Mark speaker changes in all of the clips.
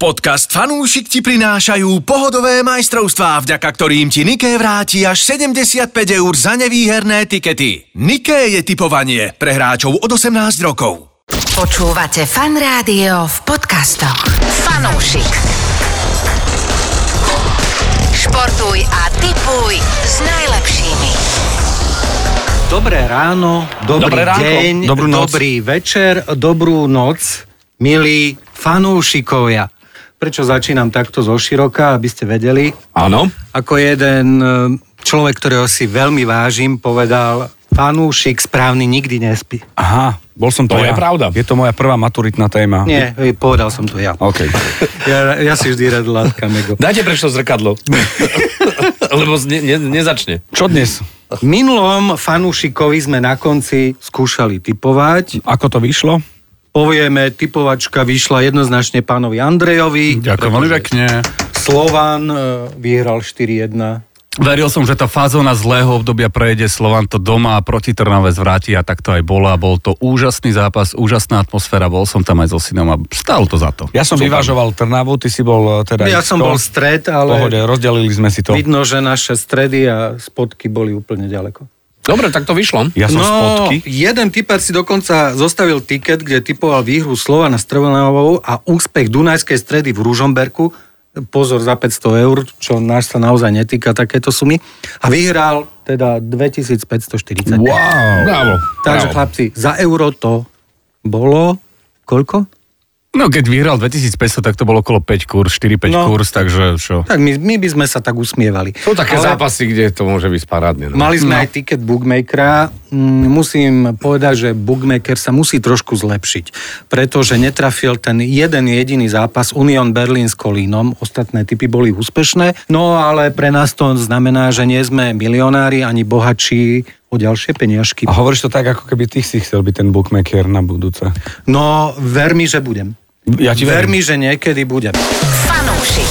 Speaker 1: Podcast Fanúšik ti prinášajú pohodové majstrovstvá, vďaka ktorým ti Niké vráti až 75 eur za nevýherné tikety. Niké je typovanie pre hráčov od 18 rokov.
Speaker 2: Počúvate fan rádio v podcastoch. Fanúšik. Športuj a tipuj s najlepšími.
Speaker 3: Dobré ráno, dobrý
Speaker 4: Dobré ránko,
Speaker 3: deň,
Speaker 4: dobrú noc.
Speaker 3: dobrý večer, dobrú noc, milí fanúšikovia. Prečo začínam takto zo široka, aby ste vedeli?
Speaker 4: Áno.
Speaker 3: Ako jeden e, človek, ktorého si veľmi vážim, povedal, fanúšik správny nikdy nespí.
Speaker 5: Aha, bol som to,
Speaker 4: To
Speaker 5: ja.
Speaker 4: je pravda.
Speaker 5: Je to moja prvá maturitná téma.
Speaker 3: Nie, e, povedal som to ja.
Speaker 5: OK.
Speaker 3: Ja, ja si vždy rád látkam ego.
Speaker 4: Dajte preč to zrkadlo. Lebo z- ne, ne, nezačne.
Speaker 5: Čo dnes?
Speaker 3: V minulom fanúšikovi sme na konci skúšali typovať.
Speaker 5: Ako to vyšlo?
Speaker 3: Povieme, typovačka vyšla jednoznačne pánovi Andrejovi.
Speaker 6: Ďakujem veľmi pekne.
Speaker 3: Slovan e, vyhral 4-1.
Speaker 6: Veril som, že tá fázona zlého obdobia prejde, Slovan to doma a proti Trnave zvráti a tak to aj bolo a bol to úžasný zápas, úžasná atmosféra, bol som tam aj so synom a stalo to za to.
Speaker 5: Ja som vyvažoval Trnavu, ty si bol e,
Speaker 3: No
Speaker 5: teda...
Speaker 3: Ja
Speaker 5: ich
Speaker 3: som
Speaker 5: to.
Speaker 3: bol stred,
Speaker 5: V
Speaker 3: ale
Speaker 5: Pohode, rozdelili sme
Speaker 4: No.
Speaker 5: si to.
Speaker 3: vidno, že naše stredy a spodky boli úplne ďaleko.
Speaker 4: Dobre, tak to vyšlo.
Speaker 5: Ja
Speaker 3: no,
Speaker 5: som z Potky.
Speaker 3: jeden typer si dokonca zostavil tiket, kde typoval výhru Slovana s Trnavou a úspech Dunajskej stredy v Ružomberku. Pozor za 500 eur, čo nás sa naozaj netýka takéto sumy. A vyhral teda 2540.
Speaker 5: Wow.
Speaker 4: Bravo.
Speaker 3: Takže
Speaker 4: bravo.
Speaker 3: chlapci, za euro to bolo koľko?
Speaker 6: No keď vyhral 2500, tak to bolo okolo 5 kurz, 4-5
Speaker 3: No.
Speaker 6: no. kurz, takže čo.
Speaker 3: Tak my, my by sme sa tak usmievali.
Speaker 4: Sú také
Speaker 3: Ale-
Speaker 4: Ale... zápasy, kde to môže byť parádne. No.
Speaker 3: Mali sme no. aj tiket bookmakera. Mm, Musím povedať, že bookmaker sa musí trošku zlepšiť, pretože netrafil ten jeden jediný zápas Union Berlin s Kolínom. Ostatné typy boli úspešné. No ale pre nás to znamená, že nie sme milionári ani bohačí o ďalšie peniažky.
Speaker 5: A hovoríš to tak, ako keby ty si chcel byť ten bookmaker na budúce.
Speaker 3: No ver mi, že budem.
Speaker 5: Ja ti
Speaker 3: ver mi,
Speaker 5: verím.
Speaker 3: že niekedy budem.
Speaker 2: Fanúšik.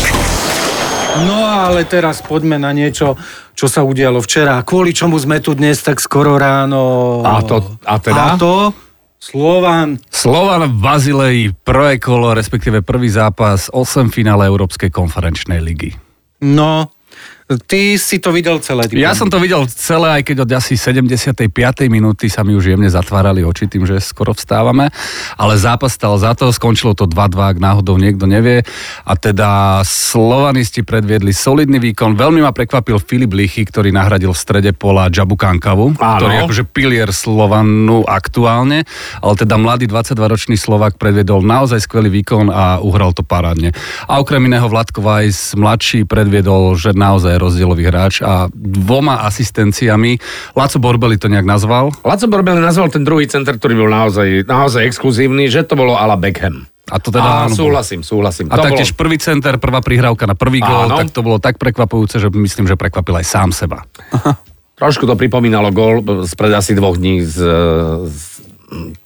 Speaker 3: No ale teraz poďme na niečo, čo sa udialo včera. Kvôli čomu sme tu dnes tak skoro ráno.
Speaker 4: A to- a
Speaker 3: A
Speaker 4: teda?
Speaker 3: to Slovan
Speaker 6: Slovan v Bazileji, prvé kolo, respektíve prvý zápas, 8 finále Európskej konferenčnej ligy.
Speaker 3: No, ty si to videl celé. Ty
Speaker 6: Ja som to videl celé, aj keď od asi 75. minúty sa mi už jemne zatvárali oči tým, že skoro vstávame, ale zápas stal za to, skončilo to 2-2, ak náhodou niekto nevie. A teda slovanisti predviedli solidný výkon. Veľmi ma prekvapil Filip Lichy, ktorý nahradil v strede pola Džabu Kankavu, ktorý je akože pilier Slovanu aktuálne, ale teda mladý 22-ročný Slovak predviedol naozaj skvelý výkon a uhral to parádne. A okrem iného Vladko Vajs mladší predviedol, že naozaj rozdielový hráč a dvoma asistenciami. Laco Borbeli to nejak nazval
Speaker 4: Laco Borbel nazval ten druhý center, ktorý bol naozaj, naozaj exkluzívny, že to bolo ala Beckham.
Speaker 6: a to teda...
Speaker 4: a
Speaker 6: áno, bolo.
Speaker 4: súhlasím, súhlasím.
Speaker 6: A
Speaker 4: to
Speaker 6: taktiež
Speaker 4: bolo...
Speaker 6: prvý center, prvá prihrávka na prvý gól,
Speaker 4: Áno.
Speaker 6: tak to bolo tak prekvapujúce, že myslím, že prekvapil aj sám seba.
Speaker 4: Trošku to pripomínalo gol spred asi dvoch dní z, e, z,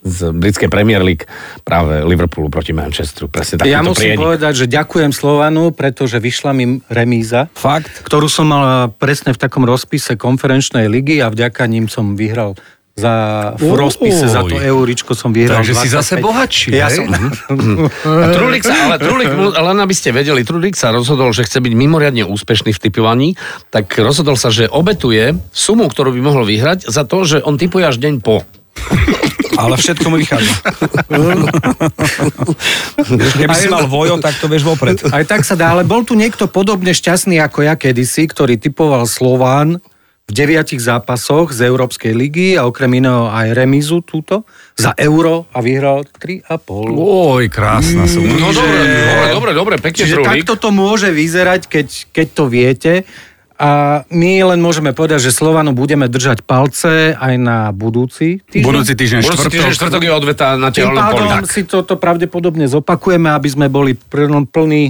Speaker 4: z britskej Premier League práve Liverpoolu proti Manchesteru. Presne takýto
Speaker 3: ja musím
Speaker 4: prienik.
Speaker 3: povedať, že ďakujem Slovanu, pretože vyšla mi remíza,
Speaker 5: Fakt?
Speaker 3: ktorú som mal presne v takom rozpise konferenčnej ligy a vďaka ním som vyhral za, v
Speaker 6: Uj.
Speaker 3: rozpise za to euričko som vyhral.
Speaker 6: Takže si zase
Speaker 3: 25.
Speaker 6: bohatší,
Speaker 3: Ja
Speaker 6: hej? Mhm.
Speaker 3: som,
Speaker 4: A Trulik sa, ale Trulik, mu- len aby ste vedeli, Trulik sa rozhodol, že chce byť mimoriadne úspešný v typovaní, tak rozhodol sa, že obetuje sumu, ktorú by mohol vyhrať za to, že on typuje až deň po.
Speaker 5: Ale všetko mu vychádza. Keby si mal vojo, tak to vieš vopred.
Speaker 3: Aj tak sa dá, ale bol tu niekto podobne šťastný ako ja kedysi, ktorý typoval Slován v deviatich zápasoch z Európskej ligy a okrem iného aj remizu túto za euro a vyhral 3,5.
Speaker 6: Oj, krásna som.
Speaker 4: No dobre, dobre, dobre, dobre pekne
Speaker 3: Čiže
Speaker 4: Trulik.
Speaker 3: takto to môže vyzerať, keď, keď to viete. A my len môžeme povedať, že Slovanu budeme držať palce aj na budúci týždeň.
Speaker 6: Budúci týždeň
Speaker 4: Budúci týždeň
Speaker 6: štvrtok.
Speaker 4: štvrtok je odveta na
Speaker 3: Tým
Speaker 4: teholnom poli.
Speaker 3: pádom si toto pravdepodobne zopakujeme, aby sme boli pln- plní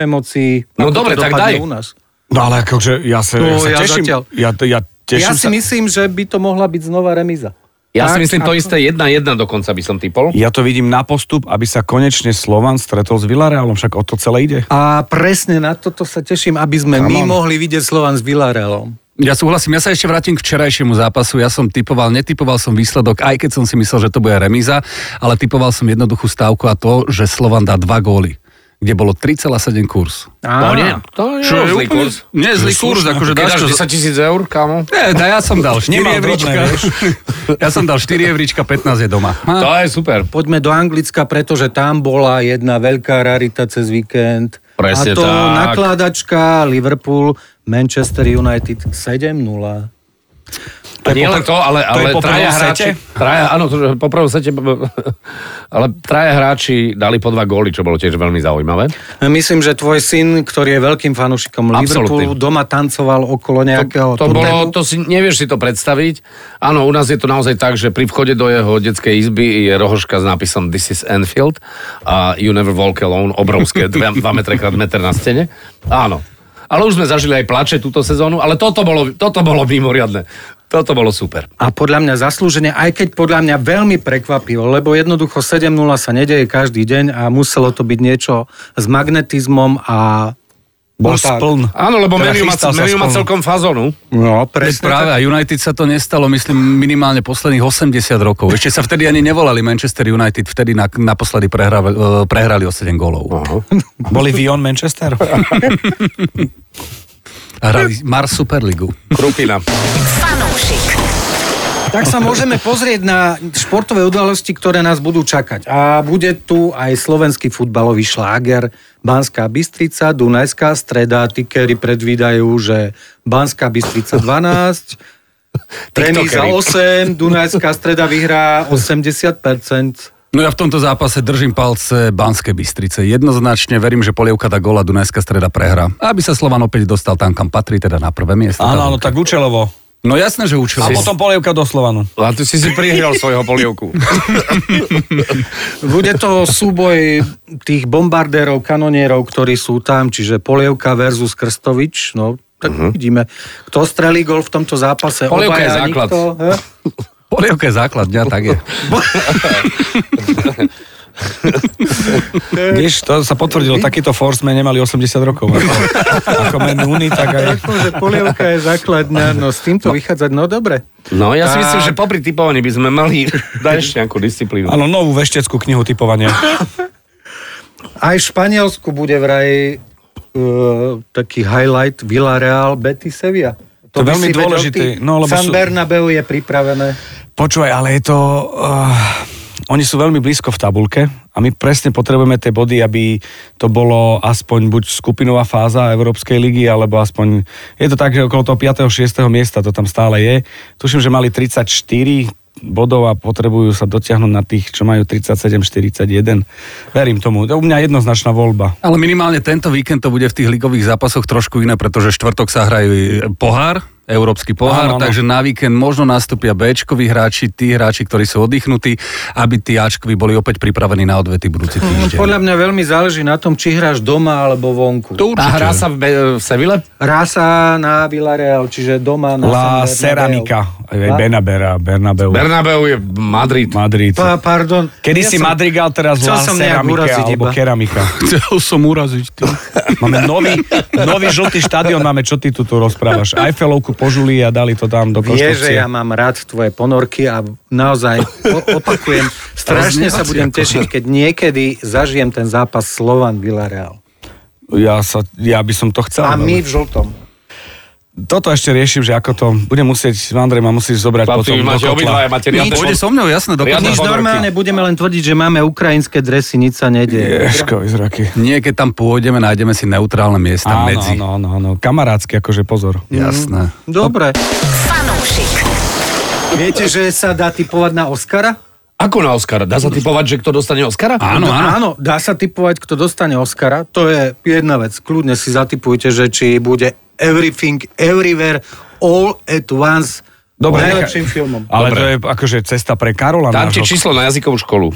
Speaker 3: emócií. ako
Speaker 4: No
Speaker 3: to
Speaker 4: dobre, tak
Speaker 3: dopadne
Speaker 4: daj.
Speaker 3: u nás.
Speaker 5: No ale akože ja sa,
Speaker 3: No,
Speaker 5: ja sa
Speaker 3: ja
Speaker 5: teším.
Speaker 3: zatiaľ.
Speaker 5: Ja, ja teším
Speaker 3: ja si
Speaker 5: sa.
Speaker 3: myslím, že by to mohla byť znova remíza.
Speaker 4: Ja si
Speaker 3: Tak,
Speaker 4: myslím to
Speaker 3: ako-
Speaker 4: isté, jedna jedna dokonca by som typol.
Speaker 5: Ja to vidím na postup, aby sa konečne Slovan stretol s Villarealom, však o to celé ide.
Speaker 3: A presne na toto sa teším, aby sme my mohli vidieť Slovan s Villarealom.
Speaker 6: Ja súhlasím, ja sa ešte vrátim k včerajšiemu zápasu. Ja som typoval, netypoval som výsledok, aj keď som si myslel, že to bude remíza, ale typoval som jednoduchú stávku a to, že Slovan dá dva góly. kde bolo 3,7 kurz.
Speaker 4: To nie, to je
Speaker 6: Čo je úplne-
Speaker 4: zlý kurz. no,
Speaker 6: nie je zlý kurz, akože
Speaker 4: Keď
Speaker 6: dáš
Speaker 4: dáš
Speaker 6: čo-
Speaker 4: 10 tisíc eur, kámo?
Speaker 6: Nie, no ja som dal 4
Speaker 5: Nemám drobné,
Speaker 6: evrička.
Speaker 5: vieš.
Speaker 6: Ja som dal 4 evrička, 15 je doma.
Speaker 4: To je super.
Speaker 3: Poďme do Anglicka, pretože tam bola jedna veľká rarita cez víkend. A
Speaker 4: Presne
Speaker 3: to
Speaker 4: tak.
Speaker 3: nakladačka Liverpool, Manchester United 7-0.
Speaker 4: To nie len to,
Speaker 5: to
Speaker 4: ale,
Speaker 5: je
Speaker 4: ale
Speaker 5: po prvom
Speaker 4: traja
Speaker 5: sete?
Speaker 4: hráči... Traja, áno, to, po prvom sete... Ale traja hráči dali po dva góly, čo bolo tiež veľmi zaujímavé.
Speaker 3: Myslím, že tvoj syn, ktorý je veľkým fanúšikom
Speaker 4: Absolutný.
Speaker 3: Liverpoolu, doma tancoval okolo nejakého
Speaker 4: To
Speaker 3: turnému.
Speaker 4: bolo, to si, nevieš si to predstaviť. Áno, u nás je to naozaj tak, že pri vchode do jeho detskej izby je rohoška s nápisom This is Anfield a You never walk alone, obrovské 2 metre krát meter na stene. Áno. Ale už sme zažili aj plače túto sezónu, ale toto bolo, toto bolo mimoriadne. Toto bolo super.
Speaker 3: A podľa mňa zaslúžene, aj keď podľa mňa veľmi prekvapilo, lebo jednoducho 7-0 sa nedeje každý deň a muselo to byť niečo s magnetizmom a...
Speaker 5: Bol
Speaker 3: tak.
Speaker 5: spln.
Speaker 4: Áno, lebo
Speaker 5: Teda
Speaker 4: menu má,
Speaker 5: chystal sa
Speaker 4: menu má
Speaker 5: spln.
Speaker 4: celkom fazonu.
Speaker 3: No,
Speaker 6: Veď
Speaker 3: presne.
Speaker 6: práve a United sa to nestalo, myslím, minimálne posledných 80 rokov. Ešte sa vtedy ani nevolali Manchester United, vtedy na, naposledy prehra, e, prehrali o 7
Speaker 4: No.
Speaker 6: gólov.
Speaker 5: Boli Vion Manchester?
Speaker 6: A Hrali Mar Superligu.
Speaker 4: Krupina.
Speaker 2: Fanúšik.
Speaker 3: Tak sa môžeme pozrieť na športové udalosti, ktoré nás budú čakať. A bude tu aj slovenský futbalový šláger Banská Bystrica, Dunajská streda. Tikery predvídajú, že Banská Bystrica 12, Trený za 8, Dunajská streda vyhrá 80%.
Speaker 6: No ja v tomto zápase držím palce Banskej Bystrice. Jednoznačne verím, že polievka dá góla Dunajská streda prehra. Aby sa Slovan opäť dostal tam, kam patrí, teda na prvé miesto.
Speaker 5: Áno, áno, tak účelovo.
Speaker 6: No jasné, že
Speaker 5: A
Speaker 6: účelovo.
Speaker 5: potom polievka do Slovanu.
Speaker 4: A ty si si prihral svojho polievku.
Speaker 3: Bude to súboj tých bombardérov, kanonierov, ktorí sú tam, čiže Polievka versus Krstovič. No, tak uh-huh. vidíme, kto strelí gol v tomto zápase.
Speaker 4: Mhm. Polievka je
Speaker 3: Obaja,
Speaker 4: základ.
Speaker 3: Nikto, he?
Speaker 6: Polievka je základ dňa, tak je.
Speaker 5: Vieš, to sa potvrdilo, takýto force sme nemali 80 rokov. Ako, ako Man Uni, tak aj...
Speaker 3: Akože polievka je základňa, no s týmto vychádzať, no dobre.
Speaker 4: No ja si
Speaker 3: Tak.
Speaker 4: myslím, že popri typovaní by sme mali dať ešte nejakú disciplínu.
Speaker 5: Áno, novú vešteckú knihu typovania.
Speaker 3: Aj v Španielsku bude vraj uh, taký highlight Villarreal Betis Sevilla.
Speaker 5: To je
Speaker 3: by
Speaker 5: veľmi
Speaker 3: si vedel
Speaker 5: dôležitý,
Speaker 3: ty.
Speaker 5: no, lebo
Speaker 3: San
Speaker 5: sú-
Speaker 3: Bernabeu je pripravené.
Speaker 5: Počúvaj, ale je to... Uh, oni sú veľmi blízko v tabulke a my presne potrebujeme tie body, aby to bolo aspoň buď skupinová fáza Európskej ligy, alebo aspoň... Je to tak, že okolo toho 5. 6. miesta to tam stále je. Tuším, že mali 34 bodov a potrebujú sa dotiahnuť na tých, čo majú 37-41. Verím tomu. To je u mňa jednoznačná voľba.
Speaker 6: Ale minimálne tento víkend to bude v tých ligových zápasoch trošku iné, pretože štvrtok sa hrajú e, pohár, európsky pohár,
Speaker 5: Áno, áno.
Speaker 6: takže na víkend možno nastúpia b hráči, tí hráči, ktorí sú oddychnutí, aby tí a boli opäť pripravení na odvety budúci týždeň.
Speaker 3: Podľa mňa veľmi záleží na tom, či hráš doma alebo vonku.
Speaker 4: To A hrá sa v, Be- v Seville?
Speaker 3: Hrá sa na Villarreal, čiže doma na
Speaker 5: La
Speaker 3: San Bernabeu.
Speaker 5: Ceramika.
Speaker 3: La-
Speaker 5: Benabera, Bernabeu.
Speaker 4: Bernabeu je Madrid.
Speaker 5: Madrid.
Speaker 3: Pa, pardon.
Speaker 5: Kedy si
Speaker 3: som-
Speaker 5: Madrigal, teraz
Speaker 3: Chcel
Speaker 5: La
Speaker 3: som nejak
Speaker 5: Ceramika
Speaker 3: uraziť
Speaker 5: alebo
Speaker 3: iba.
Speaker 5: Keramika.
Speaker 6: Chcel som uraziť. Ty.
Speaker 5: Máme nový, nový žltý štadión, máme čo ty tu tu rozprávaš. Eiffelovku požuli a dali to tam do
Speaker 3: Vie, že
Speaker 5: konštrukcie.
Speaker 3: ja mám rád tvoje ponorky a naozaj o- opakujem, strašne sa budem tešiť, keď niekedy zažijem ten zápas Slovan Villarreal.
Speaker 5: ja, sa, ja by som to chcel.
Speaker 3: A my v
Speaker 5: ale-
Speaker 3: žltom.
Speaker 5: Toto ešte riešim, že ako to... Budem musieť, Andrej, ma musíš zobrať
Speaker 4: Chlapci,
Speaker 5: potom do
Speaker 4: vy máte
Speaker 5: kotla.
Speaker 4: obidvaja materiál.
Speaker 6: Nič, pôjde so mnou, jasné, do kotla.
Speaker 4: Riadne
Speaker 3: Nič
Speaker 4: ponorky.
Speaker 3: normálne, budeme len tvrdiť, že máme ukrajinské dresy, nič sa nedieje.
Speaker 5: Ješko, zraky.
Speaker 6: Nie, keď tam pôjdeme, nájdeme si neutrálne miesta
Speaker 5: Áno,
Speaker 6: medzi.
Speaker 5: áno, áno, áno. Kamarádsky, akože pozor.
Speaker 3: Mhm.
Speaker 6: Jasné.
Speaker 3: Dobre.
Speaker 2: Fanúšik.
Speaker 3: Viete, že sa dá typovať na Oscara?
Speaker 4: Ako na Oscara? Dá sa typovať, že kto dostane Oscara?
Speaker 3: No,
Speaker 6: Áno, áno.
Speaker 3: áno, dá sa typovať, kto dostane Oscara. To je jedna vec. Kľudne si zatipujte, že či bude Everything, Everywhere, All at Once
Speaker 5: Dobre,
Speaker 3: najlepším
Speaker 5: nechaj-
Speaker 3: filmom.
Speaker 5: Ale to je akože cesta pre Karola.
Speaker 4: Dám ti
Speaker 5: nášho.
Speaker 4: číslo na jazykovú školu.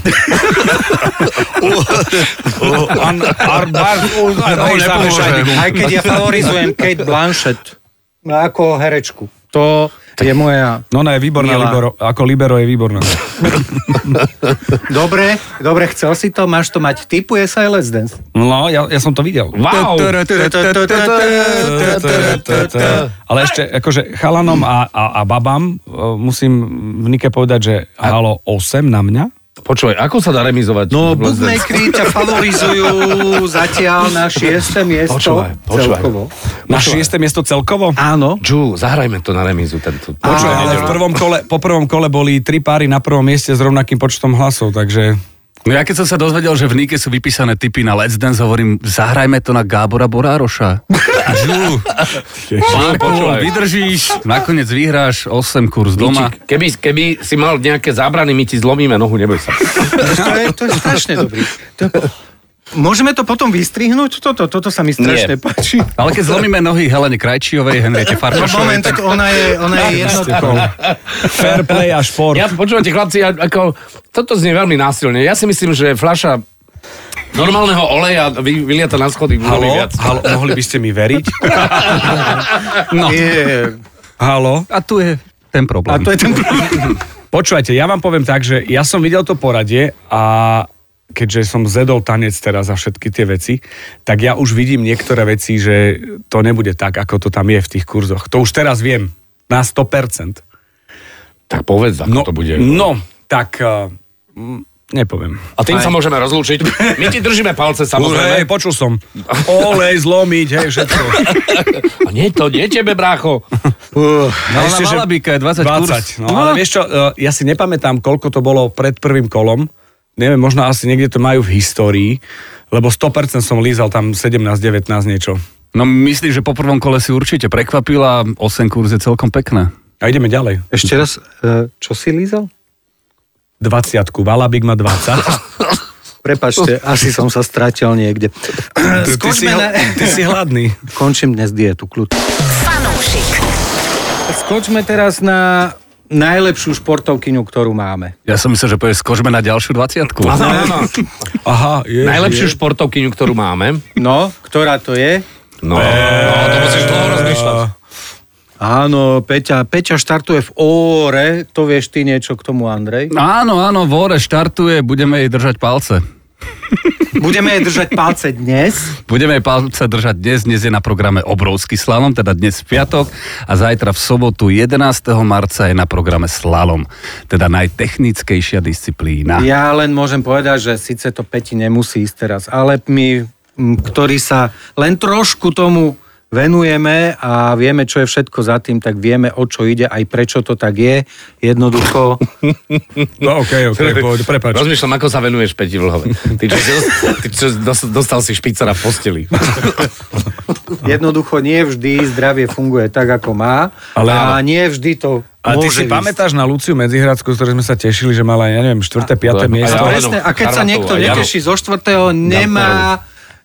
Speaker 5: An- Arbar-
Speaker 6: No,
Speaker 5: Andrej Záhoršajník.
Speaker 3: Aj keď ja favorizujem Kate Blanchett no, ako herečku. To je moja...
Speaker 5: No ona je výborná,
Speaker 3: Milá.
Speaker 5: libero, ako libero je výborná.
Speaker 3: Dobre, dobre, chcel si to, máš to mať. Typuje sa aj Let's Dance.
Speaker 5: No, ja, ja som to videl.
Speaker 4: Wow!
Speaker 5: Ale ešte, akože chalanom a, a, a babám e, musím v Nike povedať, že halo 8 na mňa.
Speaker 4: Počúvaj, ako sa dá remizovať?
Speaker 3: No,
Speaker 4: Blázden.
Speaker 3: bookmakeri ťa favorizujú zatiaľ na šieste miesto
Speaker 4: Počúvaj, počúvaj.
Speaker 3: celkovo.
Speaker 5: Na šieste miesto celkovo?
Speaker 3: Áno.
Speaker 4: Džu, zahrajme to na remizu. Tento.
Speaker 5: Počuj,
Speaker 4: Počúvaj,
Speaker 5: ale v
Speaker 4: nedelu.
Speaker 5: prvom kole, po prvom kole boli tri páry na prvom mieste s rovnakým počtom hlasov, takže...
Speaker 6: No ja keď som sa dozvedel, že v Nike sú vypísané typy na Let's Dance, hovorím, zahrajme to na Gábora Borároša. A Žu, Marku,
Speaker 4: počúvaj.
Speaker 6: vydržíš, nakoniec vyhráš 8 kurz doma.
Speaker 4: Mičik, Keby, keby si mal nejaké zábrany, my ti zlomíme nohu, neboj sa.
Speaker 3: To je, to je strašne dobrý. To... Môžeme to potom vystrihnúť? Toto, toto sa mi strašne
Speaker 4: Nie.
Speaker 3: páči.
Speaker 6: Ale keď zlomíme nohy Helene Krajčiovej, Henriete
Speaker 3: No
Speaker 6: Farkašovej,
Speaker 3: moment,
Speaker 6: tak...
Speaker 3: ona je, ona je jednotkou.
Speaker 5: Fair play a šport.
Speaker 4: Ja, počúvate, chlapci, ja, ako, toto znie veľmi násilne. Ja si myslím, že fľaša normálneho oleja vy, vyliata na schody boli
Speaker 5: Halo,
Speaker 4: viac.
Speaker 5: halo, mohli by ste mi veriť?
Speaker 3: No. Je,
Speaker 5: Halo.
Speaker 6: A tu je ten
Speaker 3: a
Speaker 6: problém.
Speaker 3: to je ten No, problém.
Speaker 5: Počúvajte, ja vám poviem tak, že ja som videl to poradie a keďže som zedol tanec teraz a všetky tie veci, tak ja už vidím niektoré veci, že to nebude tak, ako to tam je v tých kurzoch. To už teraz viem, na 100%.
Speaker 4: Tak povedz, ako to bude.
Speaker 5: No, tak uh, mm, nepoviem.
Speaker 4: A tým sa môžeme rozlúčiť. My ti držíme palce,
Speaker 5: Hej,
Speaker 4: samozrejme.
Speaker 5: počul som. Olej, zlomiť, hej, všetko.
Speaker 4: A nie to, nie tebe, brácho.
Speaker 6: No, ona
Speaker 5: ešte, že-
Speaker 6: mala byka, je 20, 20 kurz.
Speaker 5: 20. No, ale vieš čo, eh, ja si nepamätám, koľko to bolo pred prvým kolom. Neviem, možno asi niekde to majú v histórii, lebo 100% som lízal tam 17-19 niečo.
Speaker 6: No myslím, že po prvom kole si určite prekvapila, 8 kurz je celkom pekné.
Speaker 5: A ideme ďalej.
Speaker 3: Ešte raz, e, čo si lízal?
Speaker 5: 20. Valabik má 20.
Speaker 3: Prepačte, asi som sa stratil niekde.
Speaker 5: ty, si,
Speaker 3: Skočme na...
Speaker 5: hla- ty si hladný.
Speaker 3: Končím dnes dietu, kľud.
Speaker 2: fanúšik,
Speaker 3: Skočme teraz na najlepšiu športovkyňu, ktorú máme.
Speaker 6: Ja som myslel, že povieš, skočme na ďalšiu 20
Speaker 4: No, no, no.
Speaker 5: Aha, je,
Speaker 4: Najlepšiu športovkyňu, ktorú máme.
Speaker 3: No, ktorá to je?
Speaker 4: No, no to musíš dlho rozmýšľať.
Speaker 3: Áno, Peťa, Peťa štartuje v Óre, to vieš ty niečo k tomu, Andrej?
Speaker 6: Áno, áno, Vore štartuje, budeme jej držať palce.
Speaker 3: Budeme jej držať palce dnes.
Speaker 6: Budeme jej palce držať dnes, dnes je na programe obrovský slalom, teda dnes v piatok a zajtra v sobotu 11. marca je na programe slalom, teda najtechnickejšia disciplína.
Speaker 3: Ja len môžem povedať, že síce to Peti nemusí ísť teraz, ale my, m, ktorí sa len trošku tomu venujeme a vieme, čo je všetko za tým, tak vieme, o čo ide, aj prečo to tak je. Jednoducho,
Speaker 5: No okej, okej, poď, prepač.
Speaker 4: Rozmýšľam, ako sa venuješ Peti Vlhove. Ty čo, si dos- ty čo dos- dostal si špicera v posteli.
Speaker 3: jednoducho nie vždy zdravie funguje tak, ako má
Speaker 5: Ale-
Speaker 3: a nie vždy to
Speaker 5: Ale ty
Speaker 3: môže
Speaker 5: si
Speaker 3: ísť.
Speaker 5: pamätáš na Luciu Medzihradskú, z ktorej sme sa tešili, že mala, ja neviem, 4. 5.
Speaker 4: a-
Speaker 5: miesto?
Speaker 3: A
Speaker 4: Ale
Speaker 3: presne,
Speaker 4: no,
Speaker 3: a keď sa
Speaker 4: Charvatov
Speaker 3: niekto
Speaker 4: a Janov.
Speaker 3: neteší zo štvrtého, nemá,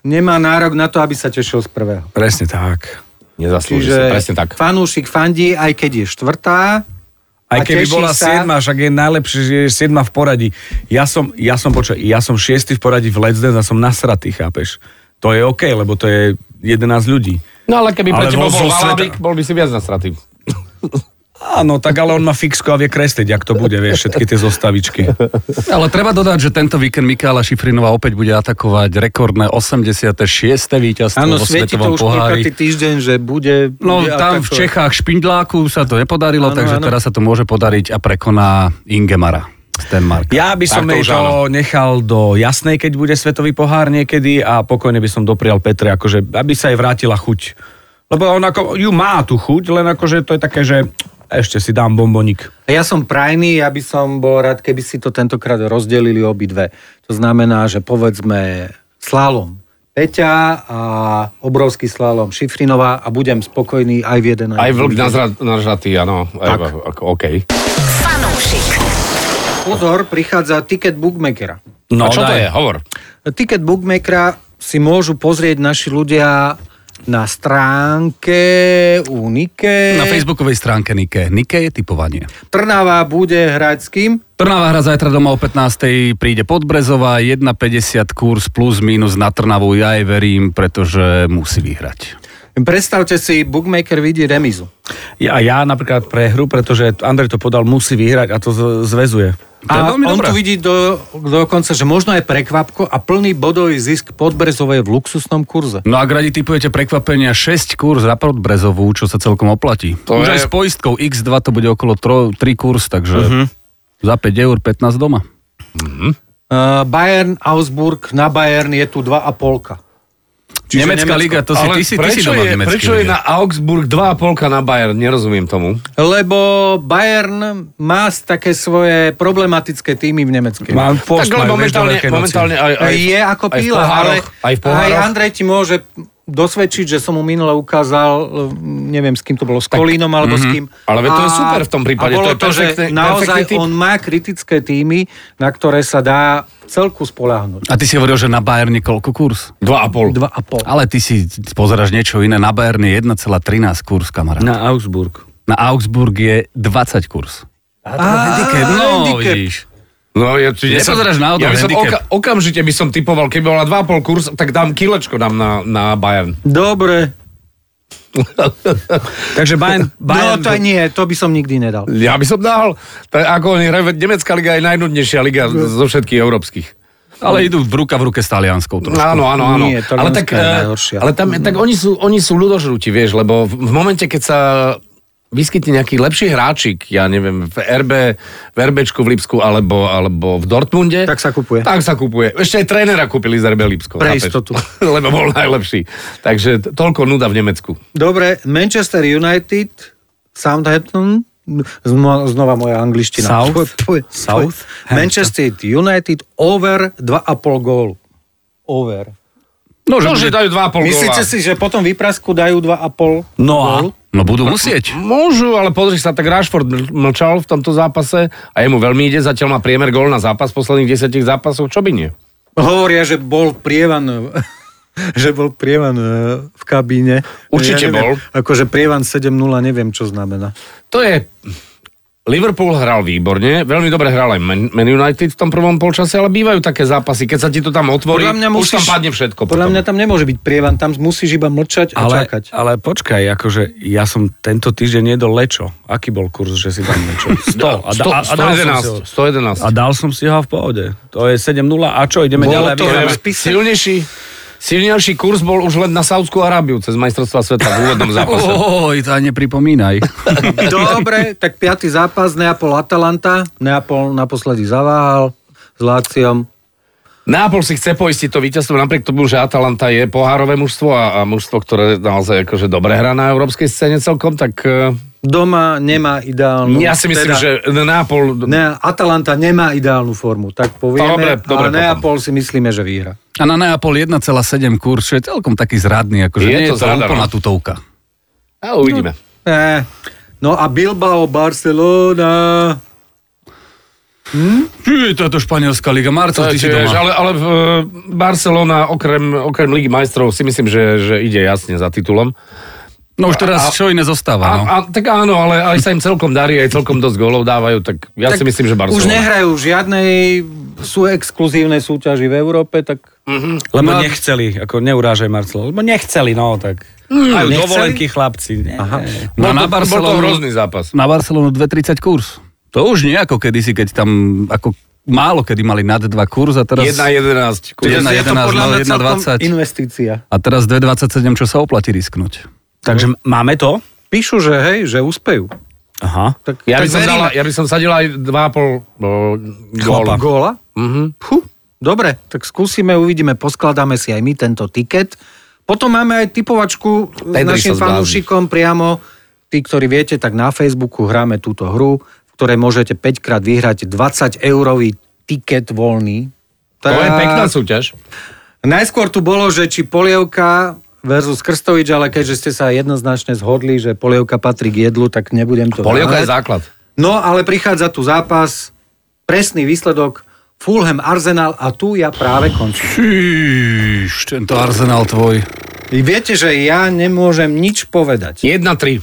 Speaker 3: nemá nárok na to, aby sa tešil z prvého.
Speaker 5: Presne tak.
Speaker 4: Nezaslúži si,
Speaker 3: Čiže
Speaker 4: presne tak.
Speaker 3: fanúšik fandí, aj keď je štvrtá. a
Speaker 5: Aj keby
Speaker 3: teší
Speaker 5: bola
Speaker 3: sa,
Speaker 5: siedma, však je najlepšie, že je siedma v poradí. Ja som, ja som, počuj, ja som šiestý v poradí v Let's Dance a som nasratý, chápeš? To je OK, lebo to je 11 ľudí.
Speaker 4: No ale keby
Speaker 5: Ale
Speaker 4: pre teba
Speaker 5: vo-
Speaker 4: bol
Speaker 5: zo sveta-
Speaker 4: Valabik, bol by si viac nasratý.
Speaker 5: Áno, tak ale on má fixko a vie kresliť, ak to bude, vieš, všetky tie zostavičky.
Speaker 6: Ale treba dodať, že tento víkend Mikála Šifrinová opäť bude atakovať rekordné 86. víťazstvo
Speaker 3: Áno,
Speaker 6: vo
Speaker 3: svieti to
Speaker 6: svetovom
Speaker 3: už
Speaker 6: pohári.
Speaker 3: koľkatý týždeň, že bude...
Speaker 6: No
Speaker 3: bude
Speaker 6: tam v
Speaker 3: atakovať.
Speaker 6: Čechách Špindláku sa to nepodarilo,
Speaker 3: Áno,
Speaker 6: takže
Speaker 3: áno.
Speaker 6: teraz sa to môže podariť a prekoná Ingemara z Denmarka.
Speaker 5: Ja by som
Speaker 4: Tak to
Speaker 5: jej
Speaker 4: už
Speaker 5: to
Speaker 4: áno.
Speaker 5: nechal do jasnej, keď bude svetový pohár niekedy a pokojne by som doprial Petre, akože, aby sa jej vrátila chuť. Lebo on ako, ju má tú chuť, len akože to je také, že ešte si dám bombonik.
Speaker 3: A Ja som prajný, ja by som bol rád, keby si to tentokrát rozdelili obidve. To znamená, že povedzme slalom Peťa a obrovský slalom Šifrinová a budem spokojný aj v jeden.
Speaker 4: Aj vlk nazra- nažratý, áno. Aj, ako- OK.
Speaker 2: fanúšik,
Speaker 3: Pozor, prichádza ticket bookmakera.
Speaker 4: No, a čo to
Speaker 5: daj.
Speaker 4: je? Hovor.
Speaker 3: Ticket bookmakera si môžu pozrieť naši ľudia na stránke Unike.
Speaker 6: Na facebookovej stránke Nike. Nike je typovanie.
Speaker 3: Trnava bude hrať s kým?
Speaker 6: Trnava hra zajtra doma o 15. príde Podbrezová, 1,50 kurz plus minus na Trnavu. Ja jej verím, pretože musí vyhrať.
Speaker 3: Predstavte si, bookmaker vidí remizu.
Speaker 5: Ja, ja napríklad pre hru, pretože Andrej to podal, musí vyhrať a to z- zväzuje.
Speaker 6: To je
Speaker 3: A
Speaker 6: veľmi
Speaker 3: on
Speaker 6: dobré.
Speaker 3: tu vidí do, dokonca, že možno aj prekvapko a plný bodový zisk Podbrezovej v luxusnom kurze. E,
Speaker 6: No a ak radi typujete prekvapenia 6 kurz za Podbrezovú, čo sa celkom oplatí.
Speaker 4: To
Speaker 6: Už
Speaker 4: je-
Speaker 6: aj s
Speaker 4: Mhm.
Speaker 6: poistkou X2 to bude okolo 3, 3 kurz, takže za 5 eur 15 doma.
Speaker 3: Uh, Bayern, Augsburg, na Bayern je tu 2,5.
Speaker 6: Čiže Nemecká liga, to si, ty si, ty si
Speaker 4: prečo,
Speaker 6: doma v
Speaker 4: je,
Speaker 6: Nemeckej
Speaker 4: prečo je
Speaker 6: lige.
Speaker 4: na Augsburg 2,5 na Bayern? Nerozumiem tomu.
Speaker 3: Lebo Bayern má také svoje problematické týmy v Nemeckej.
Speaker 5: Mám post,
Speaker 4: tak ale
Speaker 5: majú, vieš, do
Speaker 4: momentálne,
Speaker 5: Veľkej noci.
Speaker 4: momentálne aj, aj,
Speaker 3: je ako
Speaker 4: aj v
Speaker 3: píla, ale
Speaker 4: pohároch, aj v
Speaker 3: aj
Speaker 4: pohároch.
Speaker 3: Andrej ti môže dosvedčiť, že som mu minule ukázal, mm, neviem s kým to bolo, s Kolínom alebo s kým.
Speaker 4: Mhm. Ale veď to je super v tom prípade,
Speaker 3: A bolo
Speaker 4: to je perfektný-
Speaker 3: že naozaj
Speaker 4: perfektný typ.
Speaker 3: on má kritické týmy, na ktoré sa dá celku spoláhnuť.
Speaker 6: A ty si hovoril, že na Bayern je koľko kurz?
Speaker 4: 2,5.
Speaker 3: Dva a pol.
Speaker 6: Ale ty si pozeráš niečo iné. Na Bayern je 1,13 kurz, kamarát. Na,
Speaker 5: Na Augsburg.
Speaker 6: na Augsburg je 20 kurz.
Speaker 3: A, handicap,
Speaker 6: No, vidíš.
Speaker 4: No, ja ti
Speaker 6: Ja pozeráš na auto,
Speaker 4: ja by som
Speaker 6: handicap.
Speaker 4: oka- okamžite by som typoval, keby bola 2,5 kurz, tak dám kilečko dám na, na Bayern.
Speaker 3: Dobre.
Speaker 5: Takže Bayern,
Speaker 3: No
Speaker 5: Bayern
Speaker 3: to nie, to by som nikdy nedal.
Speaker 4: Ja by som dal, to je ako oni hrajú, veď nemecká liga je najnudnejšia liga zo všetkých európskych.
Speaker 6: Ale idú v ruka v ruke s Talianskou. trošku.
Speaker 4: no, Áno, áno, áno.
Speaker 3: Nie, Talianska
Speaker 4: ale tak,
Speaker 3: je
Speaker 4: eh,
Speaker 3: najhoršia.
Speaker 4: ale tam, tak oni sú, oni sú ľudožrúti, vieš, lebo v v momente, keď sa vyskytne nejaký lepší hráčik, ja neviem, v RB, v RBčku v Lipsku alebo, alebo v Dortmunde.
Speaker 3: Tak sa kupuje.
Speaker 4: Tak sa kupuje. Ešte aj trénera kúpili z RB Lipsko.
Speaker 3: Pre
Speaker 4: chápeš?
Speaker 3: istotu.
Speaker 4: lebo bol najlepší. Takže t- toľko nuda v Nemecku.
Speaker 3: Dobre, Manchester United, Southampton, Znova, znova moja angličtina.
Speaker 5: South?
Speaker 3: Tvoje- tvoje-
Speaker 5: South?
Speaker 3: tvoje- Manchester United over 2,5 gólu. Over.
Speaker 4: No, že, že dajú 2,5
Speaker 3: Myslíte
Speaker 4: góla.
Speaker 3: si, že potom výprasku dajú 2,5
Speaker 5: No a?
Speaker 3: gólu?
Speaker 6: No budú musieť.
Speaker 4: Môžu, ale pozri sa, tak Rashford ml- mlčal v tomto zápase a jemu veľmi ide, zatiaľ má priemer gól na zápas posledných 10 zápasov, čo by nie?
Speaker 3: Hovoria, že bol prievan že bol prievan e, v kabíne.
Speaker 4: Určite
Speaker 3: neviem,
Speaker 4: bol.
Speaker 3: Akože prievan 7-0, neviem, čo znamená.
Speaker 4: To je... Liverpool hral výborne, veľmi dobre hral aj Man Man United v tom prvom polčase, ale bývajú také zápasy, keď sa ti to tam otvorí, už tam padne všetko.
Speaker 3: Podľa
Speaker 4: potom.
Speaker 3: mňa tam nemôže byť prievan, tam musíš iba mlčať a
Speaker 5: Ale,
Speaker 3: čakať.
Speaker 5: ale počkaj, akože ja som tento týždeň jedol lečo. Aký bol kurz, že si tam lečo? 100. A, da, a, a, dal som si ho.
Speaker 4: 111, 111.
Speaker 5: a dal som si ho v pohode. To je 7-0 a čo, ideme
Speaker 3: Bolo
Speaker 5: ďalej.
Speaker 3: to
Speaker 5: vyhráme.
Speaker 3: v spise.
Speaker 4: No, silnejší, silnejší kurz bol už len na Saudskú Arábiu cez majstrovstva sveta v úvodnom zápase.
Speaker 6: Oj, to aj nepripomínaj.
Speaker 3: Dobre, tak piatý zápas, Neapol-Atalanta. Neapol naposledy zaváhal s Láciom.
Speaker 4: Nápol si chce poistiť to víťazstvo, napriek tomu, že Atalanta je pohárové mužstvo a, a mužstvo, ktoré naozaj akože dobre hrá na európskej scéne celkom, tak uh,
Speaker 3: Doma nemá ideálnu... teda
Speaker 4: ja si myslím, že Nápol...
Speaker 3: No, Ne, Atalanta nemá ideálnu formu, tak povieme,
Speaker 4: Dobre, dobre
Speaker 3: ale
Speaker 4: potom.
Speaker 3: Neapol si myslíme, že vyhra.
Speaker 6: A na Neapol 1,7 kurz, čo je celkom taký zradný. Akože
Speaker 4: Je
Speaker 6: nie
Speaker 4: to
Speaker 6: je to
Speaker 4: zrada,
Speaker 6: úplná
Speaker 4: no.
Speaker 6: tutovka.
Speaker 4: A uvidíme.
Speaker 3: Ne. No a Bilbao, Barcelona...
Speaker 6: Či je táto španielská liga. Marco, ty si
Speaker 4: Tiež,
Speaker 6: doma.
Speaker 4: ale, ale v Barcelona okrem, okrem Ligy majstrov si myslím, že, že ide jasne za titulom.
Speaker 6: No už teraz čo iné zostáva.
Speaker 4: A,
Speaker 6: no.
Speaker 4: a, tak áno, ale aj sa im celkom darí, aj celkom dosť gólov dávajú, tak ja tak si myslím, že Barcelona.
Speaker 3: Už nehrajú v žiadnej, sú exkluzívnej súťaži v Európe, tak...
Speaker 4: Mhm.
Speaker 5: Lebo nechceli, ako neurážaj Marcelo, lebo nechceli, no tak. Majú
Speaker 3: nechceli?
Speaker 5: dovolenky chlapci. Nie. Aha.
Speaker 6: No a
Speaker 4: Bol
Speaker 6: na
Speaker 4: to, bol to
Speaker 6: Barcelonu-
Speaker 4: hrozný zápas.
Speaker 6: na Barcelonu 2,30 kurz. To už nie ako kedysi, keď tam ako málo kedy mali nad 2 kurz a teraz...
Speaker 4: 1-11. kurz.
Speaker 6: Jedna-
Speaker 3: je to
Speaker 6: 11,
Speaker 3: podľa
Speaker 6: no,
Speaker 3: mňa celkom
Speaker 6: 1,20.
Speaker 3: Investícia.
Speaker 6: A teraz 2,27, čo sa oplatí risknúť. No.
Speaker 5: Takže máme to?
Speaker 3: Píšu, že hej, že úspejú.
Speaker 5: Aha.
Speaker 3: Tak,
Speaker 4: Ja by,
Speaker 3: tak
Speaker 4: som
Speaker 3: veríme.
Speaker 4: dala, ja by som sadil aj 2,5 góla.
Speaker 3: Góla?
Speaker 4: Mhm.
Speaker 3: Phu, dobre, tak skúsime, uvidíme, poskladáme si aj my tento tiket. Potom máme aj typovačku s
Speaker 4: Ten, ktorý
Speaker 3: našim
Speaker 4: sa zblázni.
Speaker 3: fanúšikom priamo. Tí, ktorí viete, tak na Facebooku hráme túto hru, v ktorej môžete 5 krát vyhrať 20 eurový tiket voľný.
Speaker 4: To je
Speaker 3: Tá-
Speaker 4: pekná súťaž.
Speaker 3: Najskôr tu bolo, že či polievka versus Krstovič, ale keďže ste sa jednoznačne zhodli, že polievka patrí k jedlu, tak nebudem to
Speaker 4: Polievka
Speaker 3: vrávať.
Speaker 4: je základ.
Speaker 3: No ale prichádza tu zápas, presný výsledok, Fulham Arsenal a tu ja práve končím.
Speaker 6: Číš, tento arzenál tvoj.
Speaker 3: Vy Viete, že ja nemôžem nič povedať.
Speaker 4: 1-3.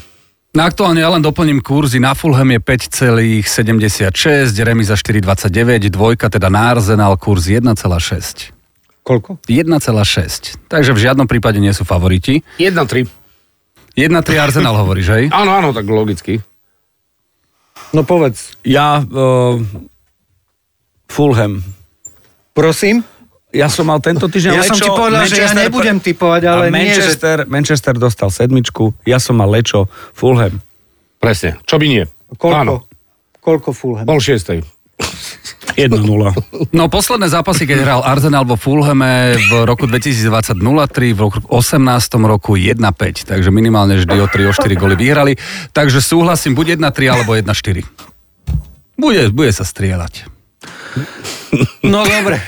Speaker 6: No aktuálne ja len doplním kurzy. Na Fulham je 5,76, remiza 4,29, dvojka teda na Arsenal kurz 1,6.
Speaker 3: Koľko?
Speaker 6: 1,6. Takže v žiadnom prípade nie sú favoriti.
Speaker 4: 1-3.
Speaker 6: 1,3 Arsenal hovoríš, hej?
Speaker 4: Áno, áno, tak logicky.
Speaker 3: No povedz.
Speaker 5: Ja... Uh, Fulham.
Speaker 3: Prosím?
Speaker 5: Ja som mal tento týždeň
Speaker 6: No,
Speaker 3: Ja
Speaker 5: lečo,
Speaker 3: som ti povedal, že ja
Speaker 5: Manchester-
Speaker 3: nebudem typovať, ale nie,
Speaker 5: a
Speaker 3: že-
Speaker 5: Manchester, Manchester dostal sedmičku, ja som mal lečo, Fulham.
Speaker 4: Presne. Čo by nie?
Speaker 3: Koľko?
Speaker 4: Áno.
Speaker 3: Koľko Fulham?
Speaker 4: Pol šiestej.
Speaker 5: 1-0.
Speaker 6: No posledné zápasy, keď hral Arsenal vo Fulhame v roku 2020 0-3, v roku 18 roku 1-5, takže minimálne vždy o 3, o 4 góly vyhrali. Takže súhlasím, buď 1-3 alebo 1-4. Bude, bude sa strieľať.
Speaker 3: No dobre.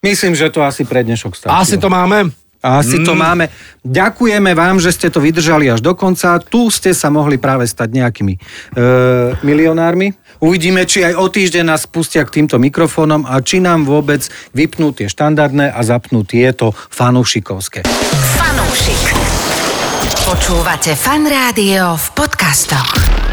Speaker 3: Myslím, že to asi pre dnešok stačí.
Speaker 4: Asi to máme.
Speaker 3: Asi to máme. Ďakujeme vám, že ste to vydržali až do konca. Tu ste sa mohli práve stať nejakými e, milionármi. Uvidíme, či aj o týždeň nás pustia k týmto mikrofónom a či nám vôbec vypnú tie štandardné a zapnú tieto fanúšikovské.
Speaker 2: Fanúšik. Počúvate fan rádio v podcastoch.